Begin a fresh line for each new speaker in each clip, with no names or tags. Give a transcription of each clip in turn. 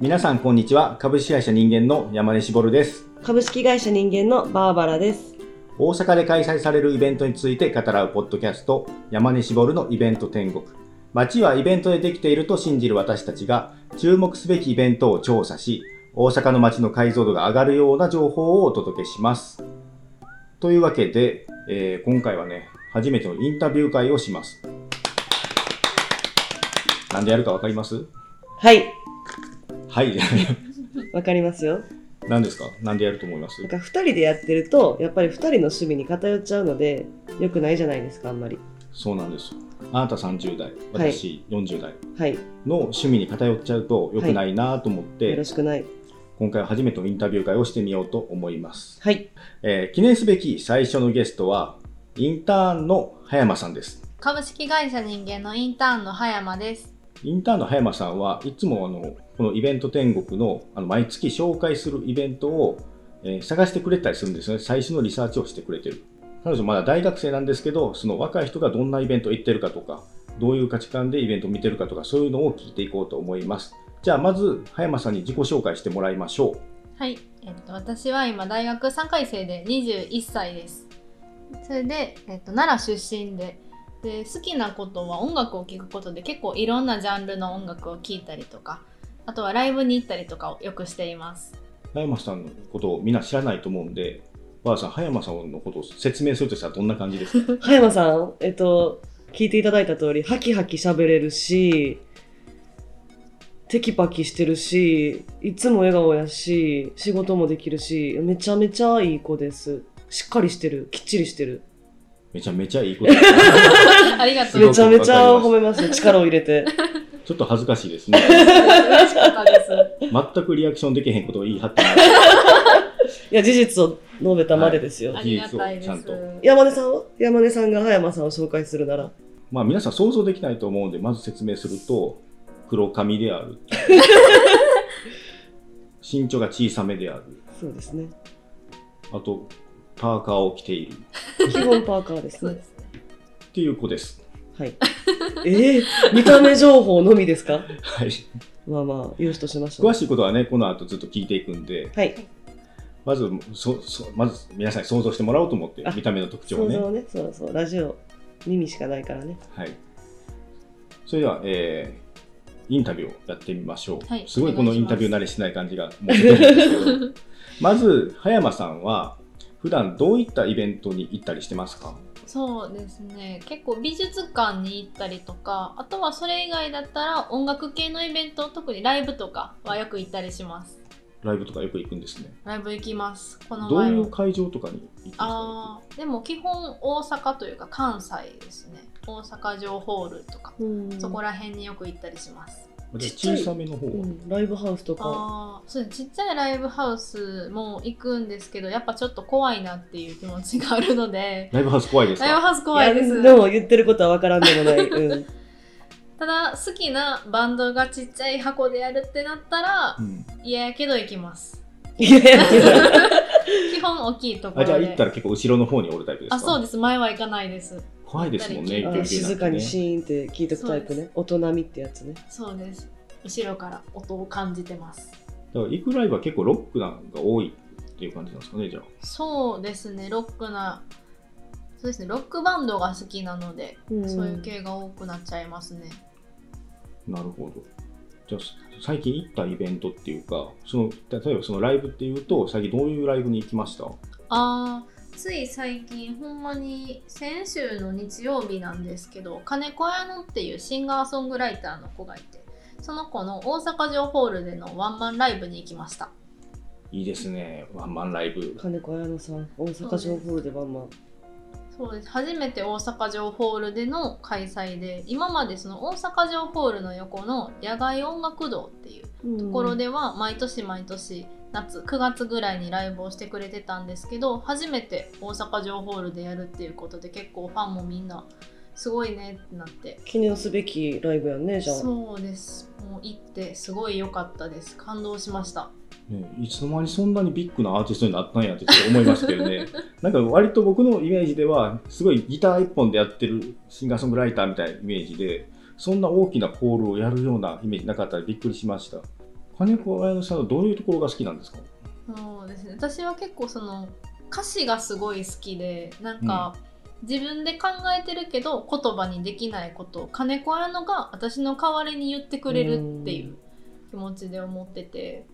皆さんこんにちは株式会社人間の山根絞です
株式会社人間のバーバラです。
大阪で開催されるイベントについて語らうポッドキャスト山根絞のイベント天国街はイベントでできていると信じる私たちが注目すべきイベントを調査し大阪の街の解像度が上がるような情報をお届けしますというわけで、えー今回はね初めてのインタビュー会をしますなんでやるかわかります
はい、
はい。
わかりますよ。
何ですか何でやると思います
なんか二人でやってると、やっぱり二人の趣味に偏っちゃうので、良くないじゃないですか、あんまり。
そうなんですよ。あなた30代、私40代
はい、
の趣味に偏っちゃうと良くないなと思って、
よろしくない。
今回は初めてのインタビュー会をしてみようと思います。
はい、
えー記念すべき最初のゲストは、インターンの葉山さんです。
株式会社人間のインターンの葉山です。
インターンの葉山さんはいつもあのこのイベント天国のあの毎月紹介するイベントを、えー探してくれたりするんですよね。最新のリサーチをしてくれてる。彼女まだ大学生なんですけど、その若い人がどんなイベント行ってるかとか、どういう価値観でイベントを見てるかとか、そういうのを聞いていこうと思います。じゃあまず葉山さんに自己紹介してもらいましょう。
はい、えっと、私は今大学3回生で21歳です。それで、えっと、奈良出身でで好きなことは音楽を聴くことで結構いろんなジャンルの音楽を聴いたりとかあとはライブに行ったりとかをよくしてい ます。
葉山さんのことをみんな知らないと思うんで、ばあさん、葉山さんのことを説明するとしたらどんな感じですか
葉山さん、えっと、聞いていただいた通り、ハキハキ喋れるし、テキパキしてるし、いつも笑顔やし、仕事もできるし、めちゃめちゃいい子です。しっかりしてる、きっちりしてる。
めちゃめちゃいいことです
ありがとう
すご
め
く
ちゃめちゃ
わかります
褒めます。力を入れて。
ちょっと恥ずかしいですね。
嬉しかったです。
全くリアクションできへんことを言い張 って
いや、事実を述べたまでですよ。
ありがたいで
事実を
す
ち。
山根さんは山根さんが葉山さんを紹介するなら。
まあ皆さん想像できないと思うんでまず説明すると黒髪であ る身長が小さめである
そうですね。
あとパーカーを着ている
基本パーカー です
そう
ね
で。すね。
っていう子です
はい。ええ 見た目情報のみですか
はい
まあまあ、有しとしましょ
詳
う。
しいことはねこの後ずっと聞いていくんで
はい。
まずそそまず皆さんに想像してもらおうと思って
あ
見た目の特徴を
想
ね
像ね、そうそう、ラジオ、耳しかないからね。
はいそれではえーインタビューをやってみましょう、
はい
すごいこの
お
イ
願いし
ン
ま
タ
す
ビュー慣れしてない感じがもう出てるんですけど まず、葉山さんは、普段どういったイベントに行ったりしてますか
そうですね結構美術館に行ったりとかあとはそれ以外だったら音楽系のイベント特にライブとかはよく行ったりします
ライブとかよく行くんですね。
ライブ行きますこの
どう
前
い
も
う会場とかに行ってま
あーでも基本大阪というか関西ですね大阪城ホールとか
うん
そこら辺によく行ったりします
すかじゃ
ちっちゃ
あ
い
小さめの方
う
は、
ん、ライブハウスとか。
あーそうですちっちゃいライブハウスも行くんですけどやっぱちょっと怖いなっていう気持ちがあるので
ライブハウス怖いです
ライブ
か
ハウス怖いで
や
す
でも言ってることはわからんでもない。 うん。
ただ好きなバンドがちっちゃい箱でやるってなったら
うん、
嫌やけど行きます
いやいや
基本大きいとこ
あ
ろ
じ
で
ゃあ行ったら結構後ろの方におるタイプですか
あそうです前は行かないです
怖いですもんね、
行
あ
った
ー
り
勢い
静
よく
か
なんてね
にシーンって聞いとくタイプね。大人みってやつね。
そうです後ろから音を感じてます
だから行くライブは結構ロックなんが多いっていう感じなんですかね、じゃあ。
そうですねロックなそうですねロックバンドが好きなので、そういう系が多くなっちゃいますね
なるほど。じゃあ最近行ったイベントっていうか、その例えばそのライブっていうと、最近どういうライブに行きました
あーつい最近ほんまに先週の日曜日なんですけど金子屋のっていうシンガーソングライターの子がいてその子の大阪城ホールでのワンマンライブに行きました
いいですね、ワンマンライブ。
金子綾乃さん、大阪城ホールでバンマン。
そうです初めて大阪城ホールでの開催で今までその大阪城ホールの横の野外音楽堂っていう
と
ところでは毎年毎年夏9月ぐらいにライブをしてくれてたんですけど初めて大阪城ホールでやるっていうことで結構ファンもみんなすごいねってなって
記念すべきライブやんねじゃあ
そうですもう行ってすごい良かったです感動しました
ね、いつの間にそんなにビッグなアーティストになったんやってちょっと思いましたけどね なんか割と僕のイメージではすごいギター一本でやってるシンガーソングライターみたいなイメージでそんな大きなホールをやるようなイメージなかったらびっくりしました金子綾乃さんのどういうところが好きなんですか
そうですね私は結構その歌詞がすごい好きでなんか、自分で考えてるけど言葉にできないことを金子綾乃が私の代わりに言ってくれるっていう気持ちで思ってて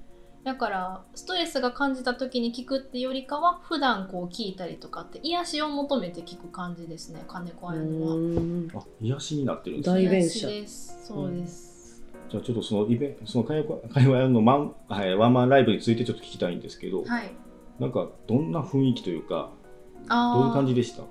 だからストレスが感じた時に聞くってよりかは普段こう聞いたりとかって癒しを求めて聞く感じですね金子綾乃は。
うん
あ癒しになってるんです
代
ね
弁者
癒しですそうです、
じゃあちょっとそのイベンその金子金子綾乃のマン、はい、ワンマンライブについてちょっと聞きたいんですけど、
はい
なんかどんな雰囲気というか
あー
どういう感じでした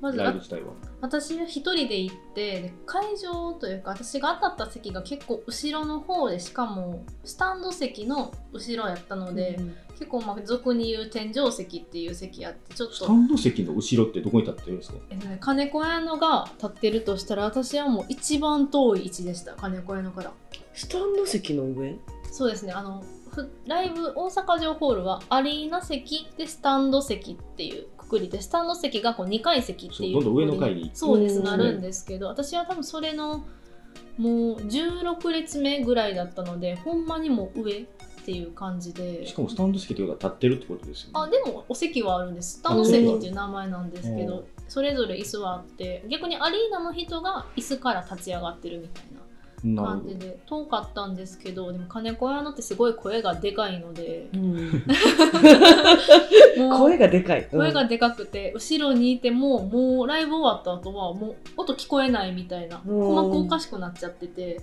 まず
ライブ自体は
私は一人で行ってで会場というか私が当たった席が結構後ろの方でしかもスタンド席の後ろやったので、結構まあ俗に言う天井席っていう席やってちょっ
スタ
と。
ンド席の後ろってどこに立ってるんですか
えっとね金子屋のが立ってるとしたら私はもう一番遠い位置でした金子屋のから
スタンド席の上
そうですねあのふライブ大阪城ホールはアリーナ席でスタンド席っていうくくりでスタンド席がこう2階席っていう
そうどんどん上の
くくり
階に
そうです
うん
なるんですけど私は多分それのもう16列目ぐらいだったのでほんまにもう上っていう感じで
しかもスタンド席というか立ってるってことですよね
あでもお席はあるんですスタンド席っていう名前なんですけどそれぞれ椅子はあって逆にアリーナの人が椅子から立ち上がってるみたいな
なる
感
ほ
じ
ど
で遠かったんですけどでも金子屋のってすごい声がでかいのでもう
声がでかい、うん
声がでかくて後ろにいてももうライブ終わった後はもう音聞こえないみたいな
うん
鼓膜おかしくなっちゃって て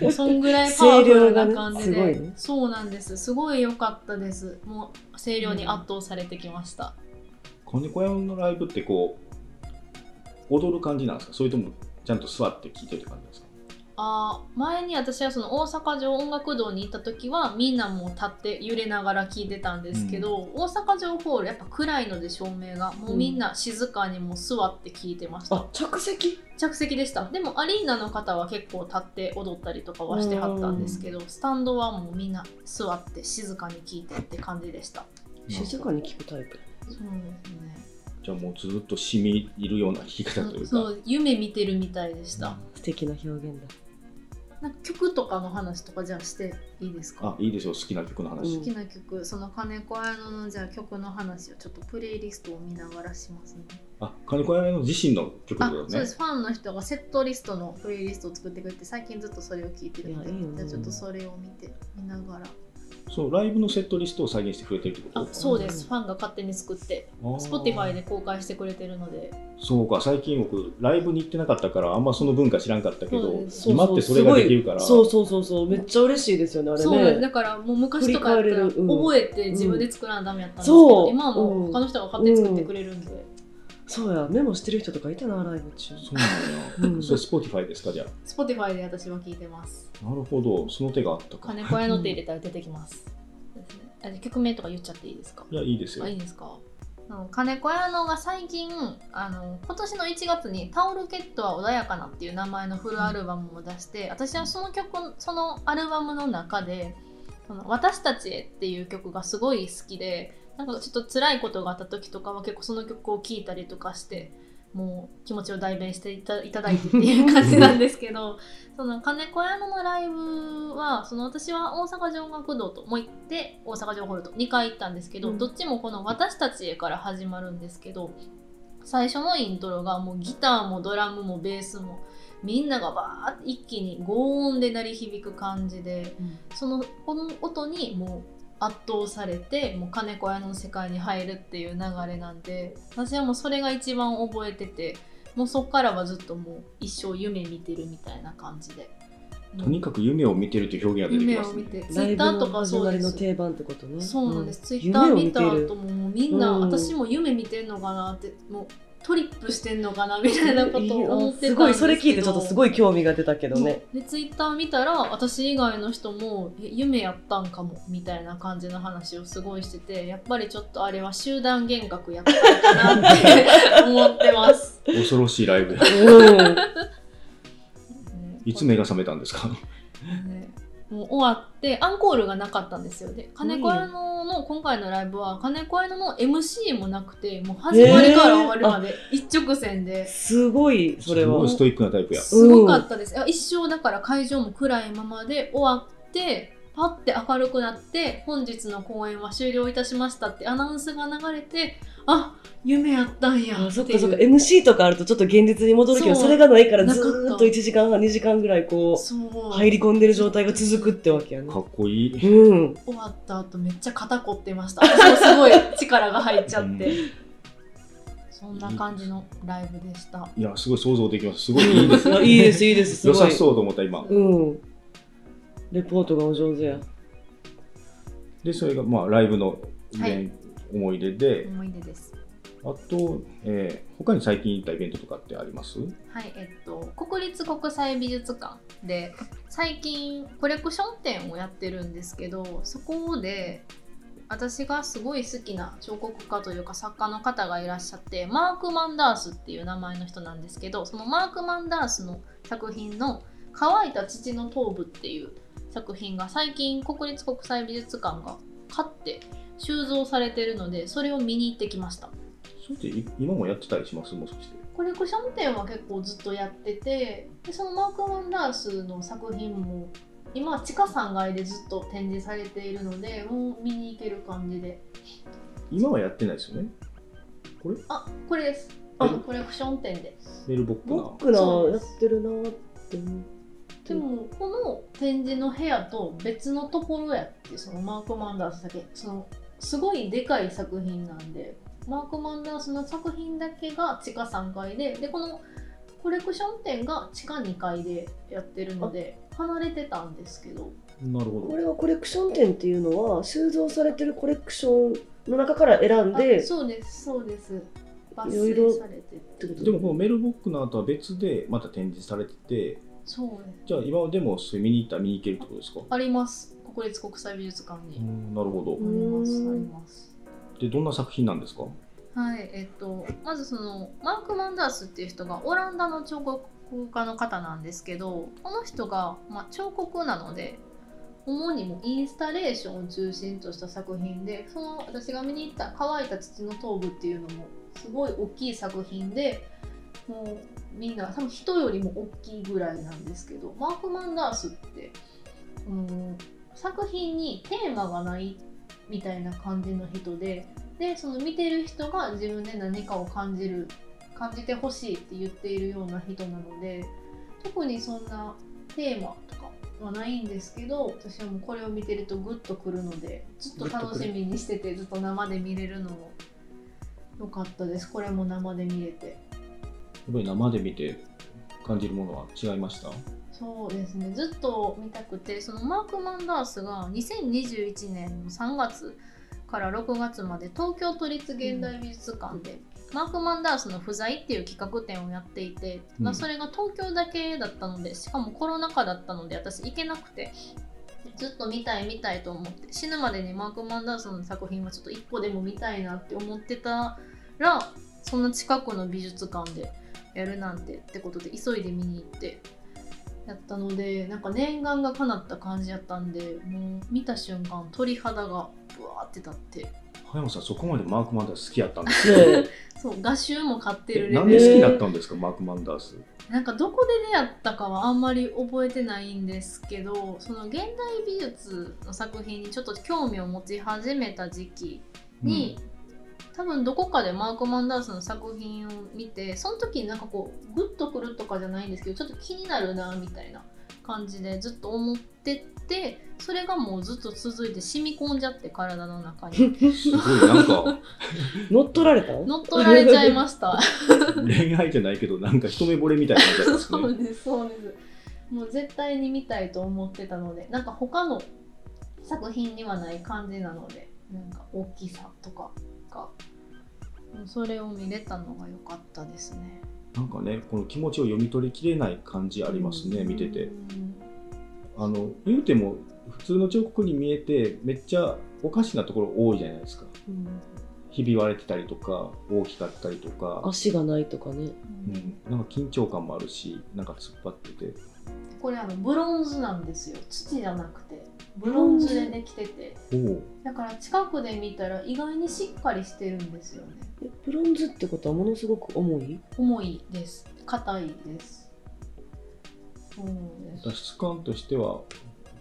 もうそんぐらいパワフルな感じ
声量がね
で、
すごいね
そうなんですすごい良かったですもう声量に圧倒されてきました、
金子屋のライブってこう踊る感じなんですかそれともちゃんと座って聴いてる感じですか
あー前に私はその大阪城音楽堂に行った時はみんなもう立って揺れながら聞いてたんですけど、大阪城ホールやっぱ暗いので照明がもうみんな静かにもう座って聞いてました、
あ着席
着席でしたでもアリーナの方は結構立って踊ったりとかはしてはったんですけどスタンドはもうみんな座って静かに聞いてって感じでした
静かに聞くタイプ
そう
じゃあもうずっと染み入るような聴き方と
で
い
すね
う
そ
か
う夢見てるみたいでした、
素敵な表現だ
なんか曲とかの話とかじゃあしていいです
あ
か
いいですよ好きな曲の話、
うん
好きな曲その金子綾乃のじゃあ曲の話をちょっとプレイリストを見ながらしますね
あ金子屋の自身の曲
あ
だよ
そう
ね
ですファンの人がセットリストのプレイリストを作ってくれて最近ずっとそれを聞いてるので
いやいいね
じゃあちょっとそれを見て見ながら
そうライブのセットリストを再現してくれてるってこと
あそうで
う
す
ん
ファンが勝手に作って
あー
Spotify で公開してくれてるので
そうか最近僕ライブに行ってなかったからあんまその文化知らんかったけ
そう
ど
ですそう
今ってそれができるから
すごいそうそうそうそうめっちゃ嬉しいですよねあれね
そうなんですだからもう昔とかやったら
振り返れるうん
覚えて自分で作らなダメやったんですけど、
そう
今はもう他の人が勝手に作ってくれるんで、
そうやメモしてる人とかいたなライブ中
そうなんだ
う
よ
ん
それ Spotify ですかじゃ
Spotify で私は聞いてます
あなるほどその手があったか
金子屋のって入れたら出てきます,ですね、あじゃあ曲名とか言っちゃっていいですか
いやいいですよ
あいいですかあの金子屋のが最近あの今年の1月に「タオルケットは穏やかな」っていう名前のフルアルバムを出して、私はその曲そのアルバムの中で「その私たちへ」っていう曲がすごい好きでなんかちょっと辛いことがあった時とかは結構その曲を聴いたりとかしてもう気持ちを代弁していたいただいてっていう感じなんですけどその金子屋のライブはその私は大阪城音楽堂ともう行って大阪城ホールと2回行ったんですけど、
うん
どっちもこの「私たちへ」から始まるんですけど最初のイントロがもうギターもドラムもベースもみんながバーって一気に轟音で鳴り響く感じでその音にもう圧倒されてもう金子屋の世界に入るっていう流れなんで私はもうそれが一番覚えててもうそっからはずっともう一生夢見てるみたいな感じで。
とにかく夢を見てるっていう表現が出てき
夢
ま
を
す
見
ね
て、ツイ
ライ
ッ
ブ
ターと
の
か
始
そ
ま
う
り
で
の
す。
定番ってことね
そうなんです。ツイッ
夢
タ
を
ー
見
見
て
た
る
後ももうみんな、
うん
私も夢見てんのかなってもうトリップしてんのかなみたいなことを思ってたんですけ
す
ど。
ごいそれ聞いてちょっとすごい興味が出たけどね、
でツイッター見たら私以外の人もえ夢やったんかもみたいな感じの話をすごいしててやっぱりちょっとあれは集団幻覚やったのかなって思っ てます。
恐ろしいライブ
うん、
いつ目が覚めたんですか
ねもう終わってアンコールがなかったんですよで金子屋のの今回のライブは金子屋のの MC もなくてもう始まりから終わるまで一直線で。
すごいそれ
すご
はい
ストイックなタイプや
すごかったです、あ一生だから会場も暗いままで終わってパッて明るくなって本日の公演は終了いたしましたってアナウンスが流れてあ夢やったんや
あそ
っ
って
い
か
う
そっか MC とかあるとちょっと現実に戻るけど
そう
それがないから
な
ず
かった
ーっと1時間半2時間ぐらいこ
そう
う入り込んでる状態が続くってわけやね
かっこいい。
うん
終わった後めっちゃ肩凝ってました私もすごい力が入っちゃっ
う
てそんな感じのライブでした
いや、すごい想像できます。すごいいいです。
あいいですいいですす
良
ご
さ
い
そうと思った、今。
うんレポートがお上手や
で、それが、まあ、ライブのイベン思い出で、
思い出です
あと、えー他に最近行ったイベントとかってあります
はいえっと国立国際美術館で最近コレクション展をやってるんですけどそこで私がすごい好きな彫刻家というか作家の方がいらっしゃってマーク・マンダースっていう名前の人なんですけどそのマーク・マンダースの作品の「乾いた土の頭部」っていう作品が最近国立国際美術館が買って収蔵されてるのでそれを見に行ってきました。
それってい今もやってたりしますもしかして。
コレクション展は結構ずっとやっててでそのマーク・ワンダースの作品も今は地下3階でずっと展示されているのでもう見に行ける感じで
今はやってないですよね。
あこれです
え
あのコレクション展で
メルボックな。
僕のやってるなーって思う
でもこの展示の部屋と別のところやってそのマーク・マンダースだけそのすごいでかい作品なんでマーク・マンダースの作品だけが地下3階ででこのコレクション展が地下2階でやってるので離れてたんですけど
なるほ
これはコレクション展っていうのは収蔵されてるコレクションの中から選ん
あ
で
そうですそうです抜
いろいろ
粋されて
っ
って
てこ
ど。
と
でもこのメルボックナーとは別でまた展示されてて、
そうです
じゃあ今でもそれ見に行ったら見に行けるってことですか、
あります国立国際美術館
う
に
んなるほど
あります
うん
あります
でどんな作品なんですか
はい、えっと、まずそのマーク・マンダースっていう人がオランダの彫刻家の方なんですけどこの人が、まあ、彫刻なので主にもうインスタレーションを中心とした作品でその私が見に行った「乾いた土の頭部」っていうのもすごい大きい作品でもうみんな多分人よりも大きいぐらいなんですけどマーク・マンダースって、うん、作品にテーマがないみたいな感じの人ででその見てる人が自分で何かを感じる感じてほしいって言っているような人なので特にそんなテーマとかはないんですけど私はもうこれを見てるとグッとくるのでずっと楽しみにしててずっと生で見れるのも良かったですこれも生で見れて
やっぱり生で見て感じるものは違いました
そうですねずっと見たくてそのマーク・マンダースが2021年の3月から6月まで東京都立現代美術館で、マーク・マンダースの不在っていう企画展をやっていて、
うん
まあそれが東京だけだったのでしかもコロナ禍だったので私行けなくてずっと見たい見たいと思って死ぬまでにマーク・マンダースの作品はちょっと1個でも見たいなって思ってたらそんな近くの美術館でやるなんてってことで急いで見に行ってやったのでなんか念願が叶った感じやったんでもう見た瞬間鳥肌がブワーって立って
葉山さんそこまでマーク・マンダース好きやったんです
ねえ
そう画集も買って
え
るレ
なん
ベ
で
ル
好きだったんですかマーク・マンダース
なんかどこで出会ったかはあんまり覚えてないんですけどその現代美術の作品にちょっと興味を持ち始めた時期に、多分どこかでマーク・マンダースの作品を見てその時になんかこうグッとくるとかじゃないんですけどちょっと気になるなみたいな感じでずっと思っててそれがもうずっと続いて染み込んじゃって体の中に
うんすごいなんか
乗っ取られた
乗っ取られちゃいました。
恋愛じゃないけどなんか一目惚れみたいな感じだったんです
そう
ね
ですそうですもう絶対に見たいと思ってたのでなんか他の作品にはない感じなのでなんか大きさとかがもうそれを見れたのが良かったですね
なんかねこの気持ちを読み取りきれない感じありますね見てて
うん
あの言うても普通の彫刻に見えてめっちゃおかしなところ多いじゃないですか
うん
ひび割れてたりとか大きかったりとか、
足がないとかね
うん、なんか緊張感もあるしなんか突っ張ってて
これあのブロンズなんですよ土じゃなくてブロンズでできてて
おお
だから近くで見たら意外にしっかりしてるんですよね
えブロンズってことはものすごく重い
重いです硬いですそうです
質感としては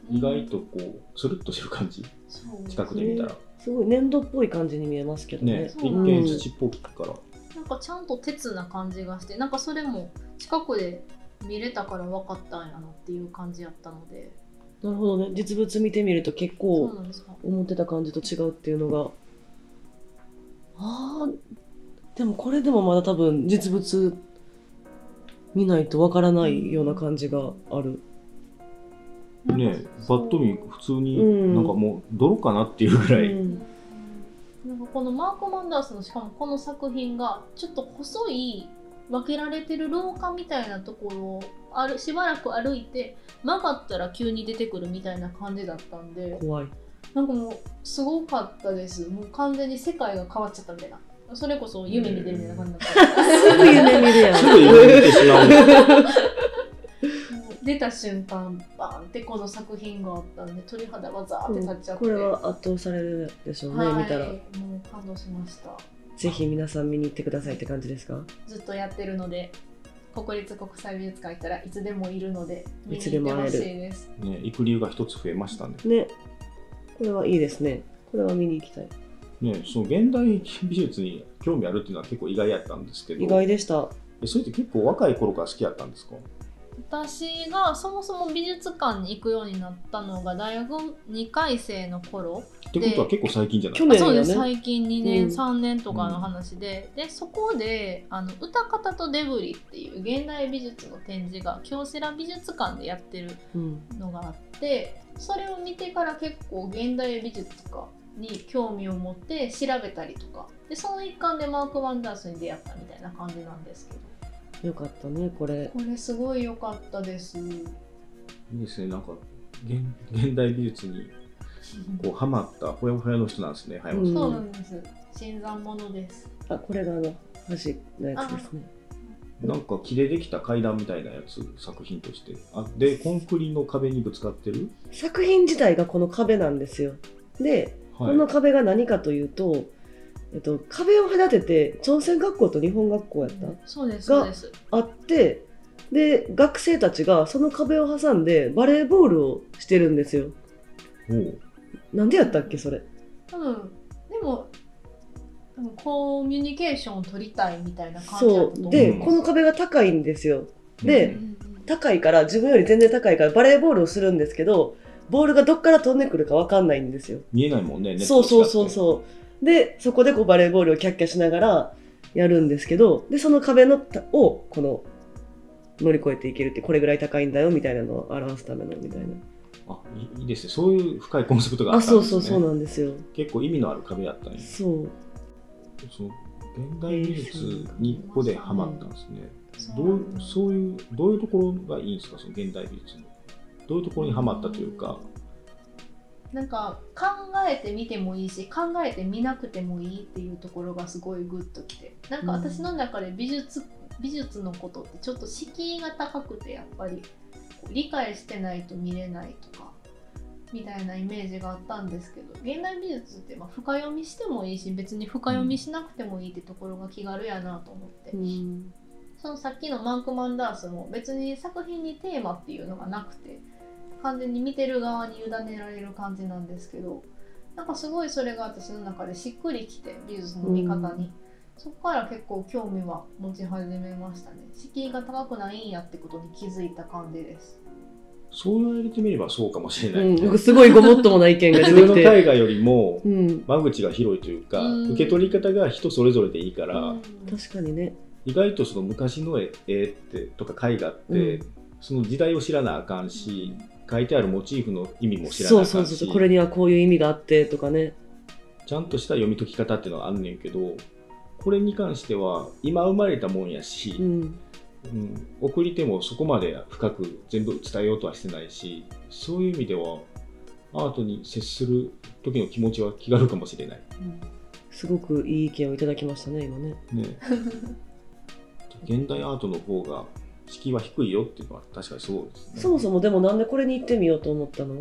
意外とこうつるっとしてる感じ
そう
近くで見たら、
すごい粘土っぽい感じに見えますけどね
ね
そう
一見土っぽくから、
なんかちゃんと鉄な感じがしてなんかそれも近くで見れたから分かったんやなっていう感じやったので
なるほどね実物見てみると結
そう
構
なんですか
思ってた感じと違うっていうのがあーでもこれでもまだ多分実物見ないとわからないような感じがある
ねパッと見普通に
うん
なんかもう泥かなっていうぐらい、
うん
なんかこのマーク・マンダースのしかもこの作品がちょっと細い分けられてる廊下みたいなところをあるしばらく歩いて曲がったら急に出てくるみたいな感じだったんで
怖い
なんかもうすごかったですもう完全に世界が変わっちゃったみたいなそれこそ夢見てるみたいな感じだった
すぐ夢見るやん
すぐ夢見てしまう
もう出た瞬間バーンってこの作品があったんで鳥肌がザーって立っちゃって、
これは圧倒されるでしょうね、
は
見
い
たら
もう感動しました
ぜひ皆さん見に行ってくださいって感じですか
ずっとやってるので国立国際美術館行ったらいつでもいるので見
い
に
つ
行
で
っ
も
て
会
ほ
え
しい
る
です
ね行く理由が一つ増えましたね
ねこれはいいですねこれは見に行きたい
ねその現代美術に興味あるっていうのは結構意外やったんですけど
意外でした
えそれって結構若い頃から好きやったんですか
私がそもそも美術館に行くようになったのが大学2回生の頃
ってことは結構最近じゃない
去
あ
年
そ
よ
うです
ね
最近2年、
うん
3年とかの話で、でそこであの歌方とデブリっていう現代美術の展示が京セラ美術館でやってる
うん
のがあってそれを見てから結構現代美術とかに興味を持って調べたりとかでその一環でマーク・ワンダースに出会ったみたいな感じなんですけど
よかったねこれ
これすごい良かったです。
いいですね、なんか現現代美術にこうハマったほやほやの人なんですね、早
う
松さ
ん
ん。
そうなんです新参者です
あこれがあの箸のやつですね
なんか木でできた階段みたいなやつ、作品として。あで、コンクリの壁にぶつかってる、
作品自体がこの壁なんですよで、
はい
この壁が何かというと、えっと、壁を隔てて朝鮮学校と日本学校やった、
そうですそうです
あってで学生たちがその壁を挟んでバレーボールをしてるんですよ
おう
なんでやったっけそれ
多分でも多分コミュニケーションを取りたいみたいな感じだ
そ
ったと思
う
う
で、
うん
この壁が高いんですよで
う
うんん
高いから自分より全然高いからバレーボールをするんですけどボールがどっから飛んでくるかわかんないんですよ
見えないもんね、
そうそうそう
う。
そうでそこでこうバレーボールをキャッキャしながらやるんですけどでその壁のたをこの乗り越えていけるってこれぐらい高いんだよみたいなのを表すためのみたいな
あいいいですね、そういう深いコンセプトがあ
あ
ったん
そ
で
う
す、ね、
そうそうなんですよ
結構意味のある壁やったんや。
そう
その現代美術にここでハマったんですね。ど
な
うん
だ
そういう、どういうところがいいんですか、その現代美術の。どういうところにハマったというか。
なんか考えてみてもいいし考えてみなくてもいいっていうところがすごいグッときてなんか私の中で美術、美術のことってちょっと敷居が高くてやっぱりこう理解してないと見れないとかみたいなイメージがあったんですけど現代美術ってまあ深読みしてもいいし別に深読みしなくてもいいってところが気軽やなと思って、
うん
そのさっきのマンク・マンダースも別に作品にテーマっていうのがなくて完全に見てる側に委ねられる感じなんですけどなんかすごいそれが私の中でしっくりきて美術の見方に、
うん
そこから結構興味は持ち始めましたね敷居が高くないんやってことに気づいた感じです
そう言われてみればそうかもしれない。
うん、すごいごもっともな意見が
普
出
通の
てきて、
絵画よりも
うん、
間口が広いというか、
うん
受け取り方が人それぞれでいいから、
うん
確かにね
意外とその昔の絵絵ってとか絵画って、
うん
その時代を知らなあかんし、書いてあるモチーフの意味も知ら
そ
なあ
う
か
そ
ん
う
し
そうこれにはこういう意味があってとかね
ちゃんとした読み解き方っていうのはあんねんけどこれに関しては今生まれたもんやし、
うん
うん、送り手もそこまで深く全部伝えようとはしてないしそういう意味ではアートに接する時の気持ちは気軽かもしれない。
すごくいい意見をいただきましたね今ね
ね、 現代アートの方が敷居は低いよっていうのは確かにそうですね。
そもそもでもなんでこれに行ってみようと思ったの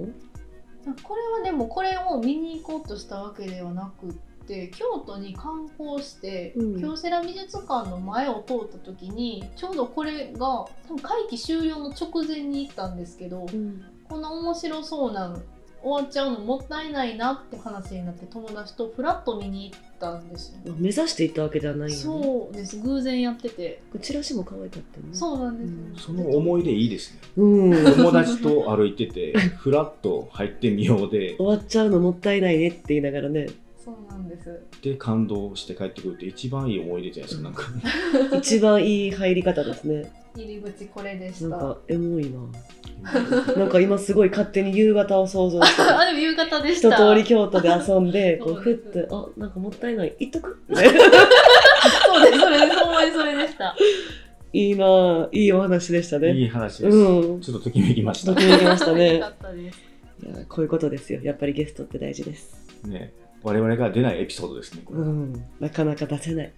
これはでもこれを見に行こうとしたわけではなくって京都に観光して、
うん
京セラ美術館の前を通った時にちょうどこれが多分会期終了の直前に行ったんですけど
うん、
この面白そうなの終わっちゃうのもったいないなって話になって友達とフラッと見に行ったんですよ、
目指していったわけではないよね
そうです偶然やってて
チラシも可愛かったよね
そうなんです
う
よ、
ん
その思い出いいです ね。
う、ん、終
友達と歩いてて、ふらっと入ってみようで、
わっちゃうのもったいないねって言いながらね
そうなんです
で、感動して帰ってくるって一番いい思い出じゃないですか、なんか。
一番いい入り方です ね
入り口これでし
なん
た
かエモいななんか今すごい勝手に夕方を想像して
あでも夕方 でし
一
た
通り京都で遊ん でこう
そう
ふっ
で
て
す
あなんかもったいない行っと く
そうですそれですほんまにそれでした
いいなぁいいお話でした ね
いい話です。
うん
ちょっとときめきまし
と
た
き。めきましたね
よかったです
いやこういうことですよやっぱりゲストって大事です
ね、我々が出ないエピソードですね、これ
う
は
んなかなか出せない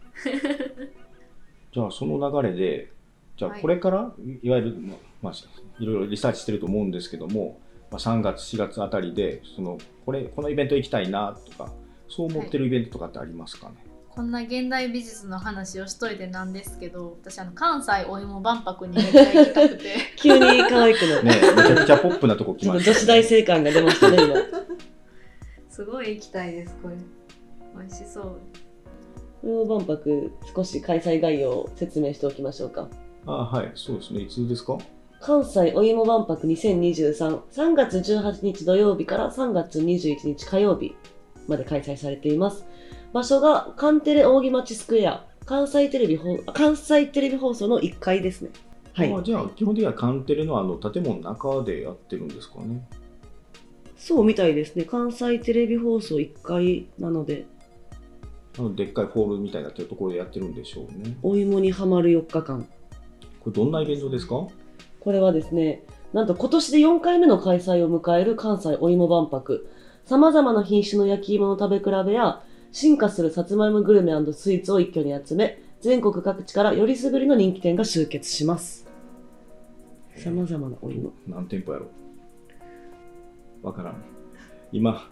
じゃあその流れで、じゃあ
はい
これから、い、いわゆる、まあまあ、いろいろリサーチしてると思うんですけども、まあ、3月、4月あたりで、そのこれこのイベント行きたいなとか、そう思ってるイベントとかってありますかね。
こんな現代美術の話をしといてなんですけど私あの関西お芋万博にめっちゃ行きたくて
急に可愛くなる、
ね、めちゃくちゃポップなとこ来
ちょっ
まし
と女
た、
子大生感が出ましたね今
すごい行きたいですこれ美味しそう
この万博少し開催概要を説明しておきましょうか
あはい、そうですね、いつですか
関西お芋万博20233月18日土曜日から3月21日火曜日まで開催されています場所がカンテレ扇町スクエア関西テレビ放関西テレビ放送の1階ですねはい
あじゃあ、基本的にはカンテレのあの建物の中でやってるんですかね。
そうみたいですね関西テレビ放送1階なので
あのでっかいホールみたいになってるところでやってるんでしょうね。
お芋にはまる4日間
これ、どんなイベントですか
これはですね、なんと今年で4回目の開催を迎える関西お芋万博。様々な品種の焼き芋の食べ比べや、進化するさつまいもグルメスイーツを一挙に集め、全国各地からよりすぐりの人気店が集結します。様々なお芋。
何店舗やろうわからん今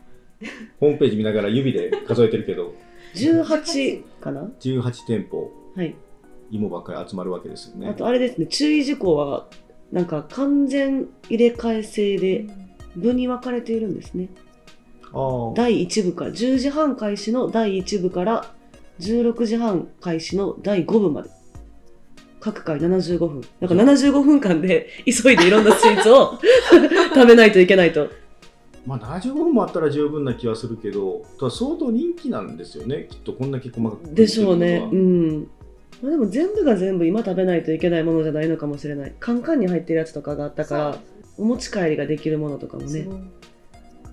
ホームページ見ながら指で数えてるけど
18かな
18店舗
はい。
芋ばっかり集まるわけですよ
あ
ね
とあれですね、注意事項は、なんか完全入れ替え制
う
で
ん
部に分かれているんですね。
あー
第1部から10時半開始の第1部から16時半開始の第5部まで各回75分だから75分間で 急いでいろんなスイーツを 食べないといけないと
まあ75分もあったら十分な気はするけどただ相当人気なんですよねきっとこんだけ細かく
でしょうねう、
うん
まあ、でも全部が全部今食べないといけないものじゃないのかもしれないカンカンに入ってるやつとかがあったからお持ち帰りができるものとかも
そうです
ね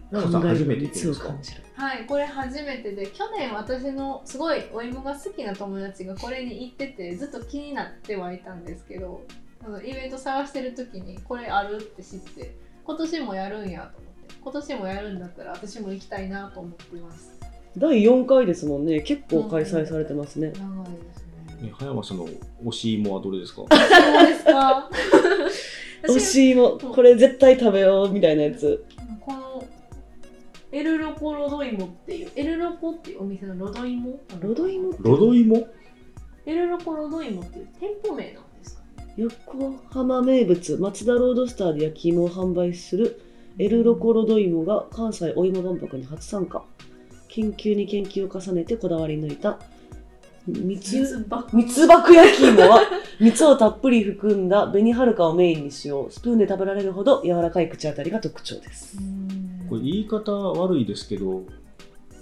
すごい
奈緒さん
考え
初
る
めて行くん
熱
で
を
すか
感じる
はいこれ初めてで去年私のすごいお芋が好きな友達がこれに行っててずっと気になってはいたんですけどあのイベント探してる時にこれあるって知って今年もやるんやと思って今年もやるんだったら私も行きたいなと思っています
第4回ですもんね結構開催されてますね、
長いですね
ね葉山さんの推し芋はどれですか
そうです か。
おしいもこれ絶対食べようみたいなやつ
このエルロコロドイモっていうエルロコっていうお店のロドイモ
ロドイモって
ロド芋
エルロコロドイモっていう店舗名なんですかね
横浜名物松田ロードスターで焼き芋を販売するエルロコロドイモが関西お芋万博に初参加研究に研究を重ねてこだわり抜いた蜜
蜜爆
蜜爆焼き芋は蜜をたっぷり含んだ紅はるかをメインに使用スプーンで食べられるほど柔らかい口当たりが特徴です
これ
い
言い方悪いですけど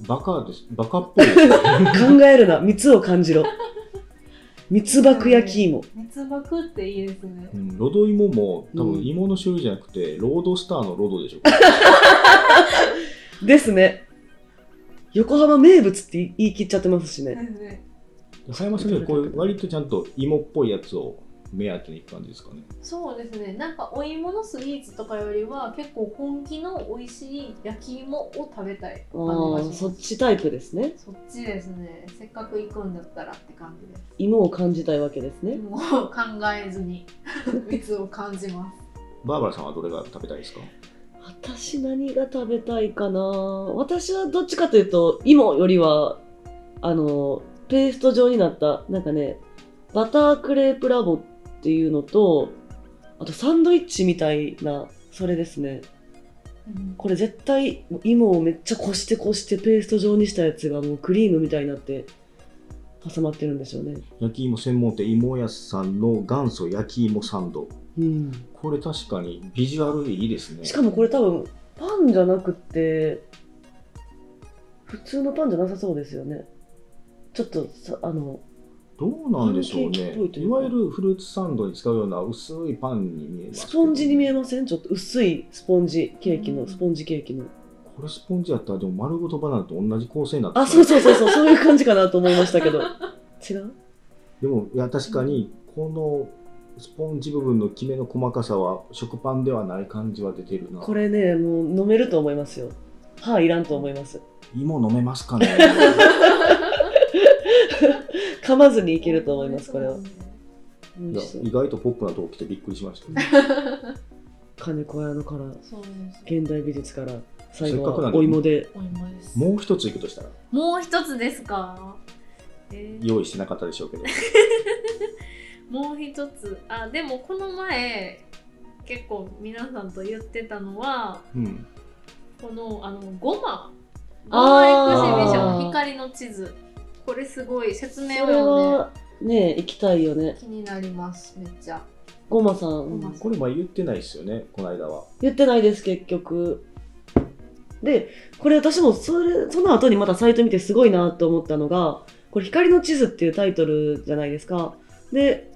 バカですバカっ ぽいですね
考えるな蜜を感じろ蜜爆焼き芋
蜜爆っていいですね
うんロド芋も多
う
分
ん
芋の種類じゃなくてロードスターのロードでしょ
ですね横浜名物って言い切っちゃってますしね
ですね
加山さんこういう割とちゃんと芋っぽいやつを目当てに行く感じですかね。
そうですねなんかお芋のスイーツとかよりは結構本気の美味しい焼き芋を食べたい
あ
感じがし
ー
ます
そっちタイプですね
そっちですねせっかく行くんだったらって感じです
芋を感じたいわけですね
もう考えず に蜜を感じます。
バーバラさんはどれが食べたいですか
私何が食べたいかな私はどっちかというと芋よりはあのペースト状になったなんかねバタークレープラボっていうのとあとサンドイッチみたいなそれですね
うん
これ絶対芋をめっちゃこしてこしてペースト状にしたやつがもうクリームみたいになって挟まってるんでしょうね
焼き芋専門店芋屋さんの元祖焼き芋サンド
うん
これ確かにビジュアルいいですね
しかもこれ多分パンじゃなくて普通のパンじゃなさそうですよねちょっとさあの
どうなんでしょう
パンケーキ
ね
っぽいとい
いう
か
わゆるフルーツサンドに使うような薄いパンに見えます
スポンジに見え
る
ませんちょっと薄いスポンジケーキ
う
の
ん
スポンジケーキの
これスポンジやったらでも丸ごとバナナと同じ構成になって
あ
る
そうそうそうそうそういう感じかなと思いましたけど違う
でもいや確かにこのスポンジ部分のきめの細かさは食パンではない感じは出てるな
これねもう飲めると思いますよ歯いらんと思います
芋飲めますかね
噛まずにいけると思いますこれは。美
い
味
や
しそう
意外とポップなとこ来てびっくりしました、
金子屋のから
そうです。
現代美術から最後
せっかくな
は
んで
お芋で
お芋です。
もう一ついくとしたら
もう一つですか。えー
用意してなかったでしょうけど
もう一つ。あ、でもこの前結構皆さんと言ってたのは
うん
このあのゴマ。ゴ
あ
マエ
ー
クシビション光の地図。これすごい説
それ
明もね
はね行きたいよね
気になりますめっちゃ。
ゴマさ
ゴマさ
ん
ん
これまあ言ってないですよねこの間は
言ってないです結局でこれ私もそれその後にまたサイト見てすごいなと思ったのがこれ「光の地図」っていうタイトルじゃないですかで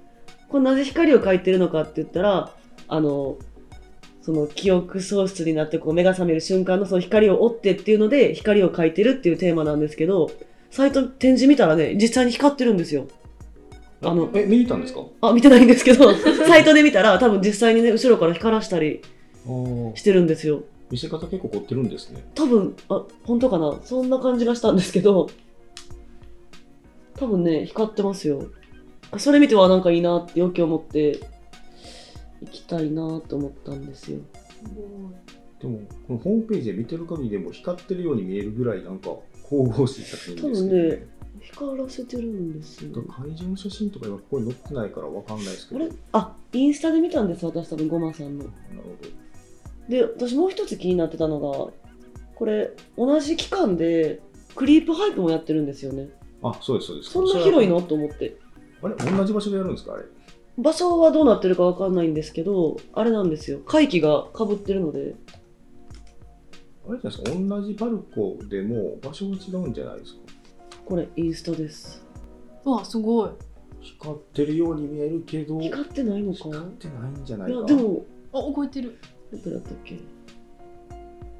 これなぜ光を描いてるのかって言ったらあのその記憶喪失になってこう目が覚める瞬間のその光を追ってっていうので光を描いてるっていうテーマなんですけどサイト展示見たらね実際に光ってるんですよあの
え見に行ったんですか
あ見てないんですけどサイトで見たら多分実際にね後ろから光らしたりしてるんですよ
見せ方結構凝ってるんですね
多分あ本当かなそんな感じがしたんですけど多分ね光ってますよそれ見てはなんかいいなって余計思って行きたいなと思ったんですよ
でもこのホームページで見てる限りでも光ってるように見えるぐらいなんか神々しい作品ですけど、ね
光らせてるんですよ
だから会場の写真とか今ここに載ってないからわかんないですけ
あ
ど
れあインスタで見たんです私多分ゴマさんの
なるほど
で私もう一つ気になってたのがこれ同じ期間でクリープハイプもやってるんですよね
あ、そうです、そうです。
そんな広い
の
のと思って
あれ同じ場所でやるんですかあれ。
場所はどうなってるかわかんないんですけどあれなんですよ会期がかぶってるので
あれじゃないですか同じパルコでも場所が違うんじゃないですか
これインスタです
うわすごい。
光ってるように見えるけど、
光ってないのか
光ってないんじゃないいか
やでも
あ動いてる。
どこだったっけ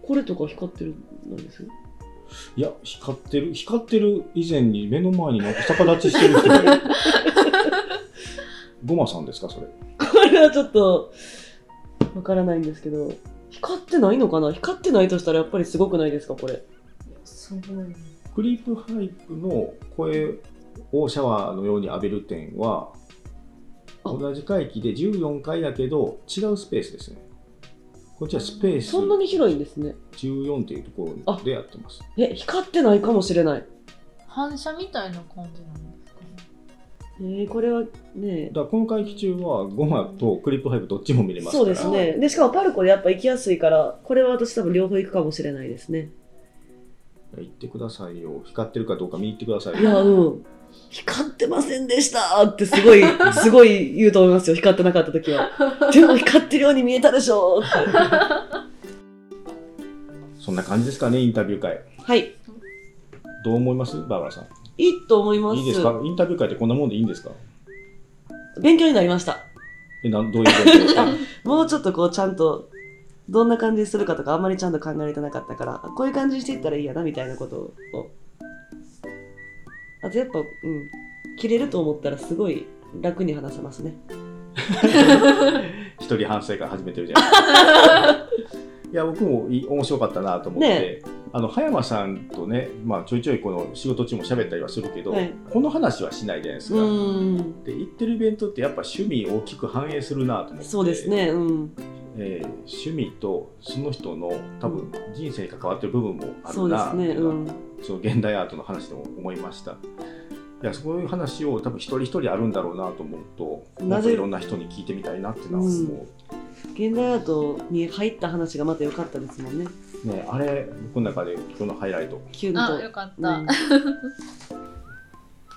これとか光ってるなんですよ
いや、光ってる、光ってる以前に目の前になんか逆立ちしてる 人がいる。ゴマさんですか、それ。
これはちょっとわからないんですけど光ってないのかな光ってないとしたらやっぱりすごくないですかこれ
すごい。
クリープハイプの声をシャワーのように浴びる点は、
あ
同じ回帰で14回やけど、違うスペースですね。こっちはスペース
そんなに広いんですね
14っていうところでやってます。
え光ってないかもしれない
反射みたいな感じなんですかね。
えー、これはね
だからこの会期中はゴマとクリップハイブどっちも見れますか
そう
ら
ですねでしかもパルコでやっぱ行きやすいからこれは私多分両方行くかもしれないですね
行ってくださいよ光ってるかどうか見に行ってください
いや、
よ
うん。光ってませんでしたってす ごい、すごい言うと思いますよ。光ってなかった時は。でも光ってるように見えたでし ょって。
そんな感じですかねインタビュー会
はい。
どう思いますバーバラさん
いいと思います。
いいですかインタビュー会ってこんなもんでいいんですか
勉強になりました。
えなんどういうことですか
もうちょっとこうちゃんと、どんな感じにするかとかあんまりちゃんと考えれてなかったから、あこういう感じにしていったらいいやなみたいなことを。あとやっぱ、うん。切れると思ったらすごい楽に話せますね。
一人反省から始めてるじゃないですかいや僕もいい面白かったなと思って、
ね
あの葉山さんとね、まあ、ちょいちょいこの仕事中も喋ったりはするけど、
はい
この話はしないじゃないです
う
か、
ーん。
で行ってるイベントってやっぱ趣味大きく反映するなと思って
そうですね。うん。
えー趣味とその人の多分人生に関わってる部分もあ
そ
る
うで
な
す
っ
ね。
ていう
う
のは
ん。
その現代アートの話でも思いましたいやそういう話を多分一人一人あるんだろうなと思うとも
なぜ
っといろんな人に聞いてみたいなってのは思う、
現代アートに入った話がまた良かったですもんね
ねあれ僕の中で今日のハイライト
キュン
あ
と
よかっ
う
た、
ん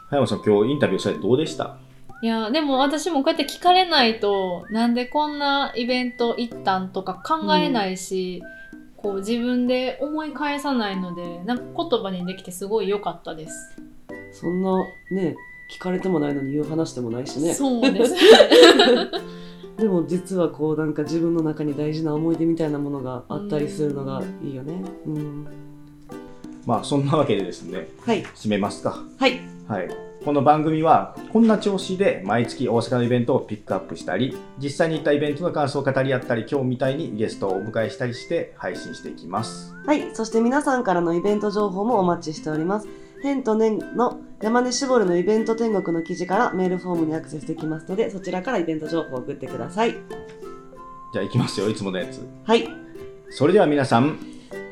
葉山さん今日インタビューされてどうでした
いやでも私もこうやって聞かれないとなんでこんなイベント行ったんとか考えないし、こう自分で思い返さないのでなんか言葉にできてすごい良かったです。
そんなね聞かれてもないのに言う話でもないしね
そうですね。
でも実はこうなんか自分の中に大事な思い出みたいなものがあったりするのがいいよねうん
まあそんなわけでですね
はい
締めますか
はい
はいこの番組はこんな調子で毎月大阪のイベントをピックアップしたり実際に行ったイベントの感想を語り合ったり今日みたいにゲストをお迎えしたりして配信していきます
はい、そして皆さんからのイベント情報もお待ちしております。ヘンとネンの山根絞るのイベント天国の記事からメールフォームにアクセスできますので、そちらからイベント情報を送ってください。
じゃあ行きますよいつものやつ
はい、
それでは皆さん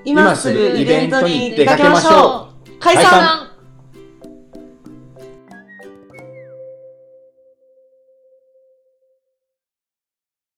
今すぐイベントに出かけましょう。解
解
散
散
さん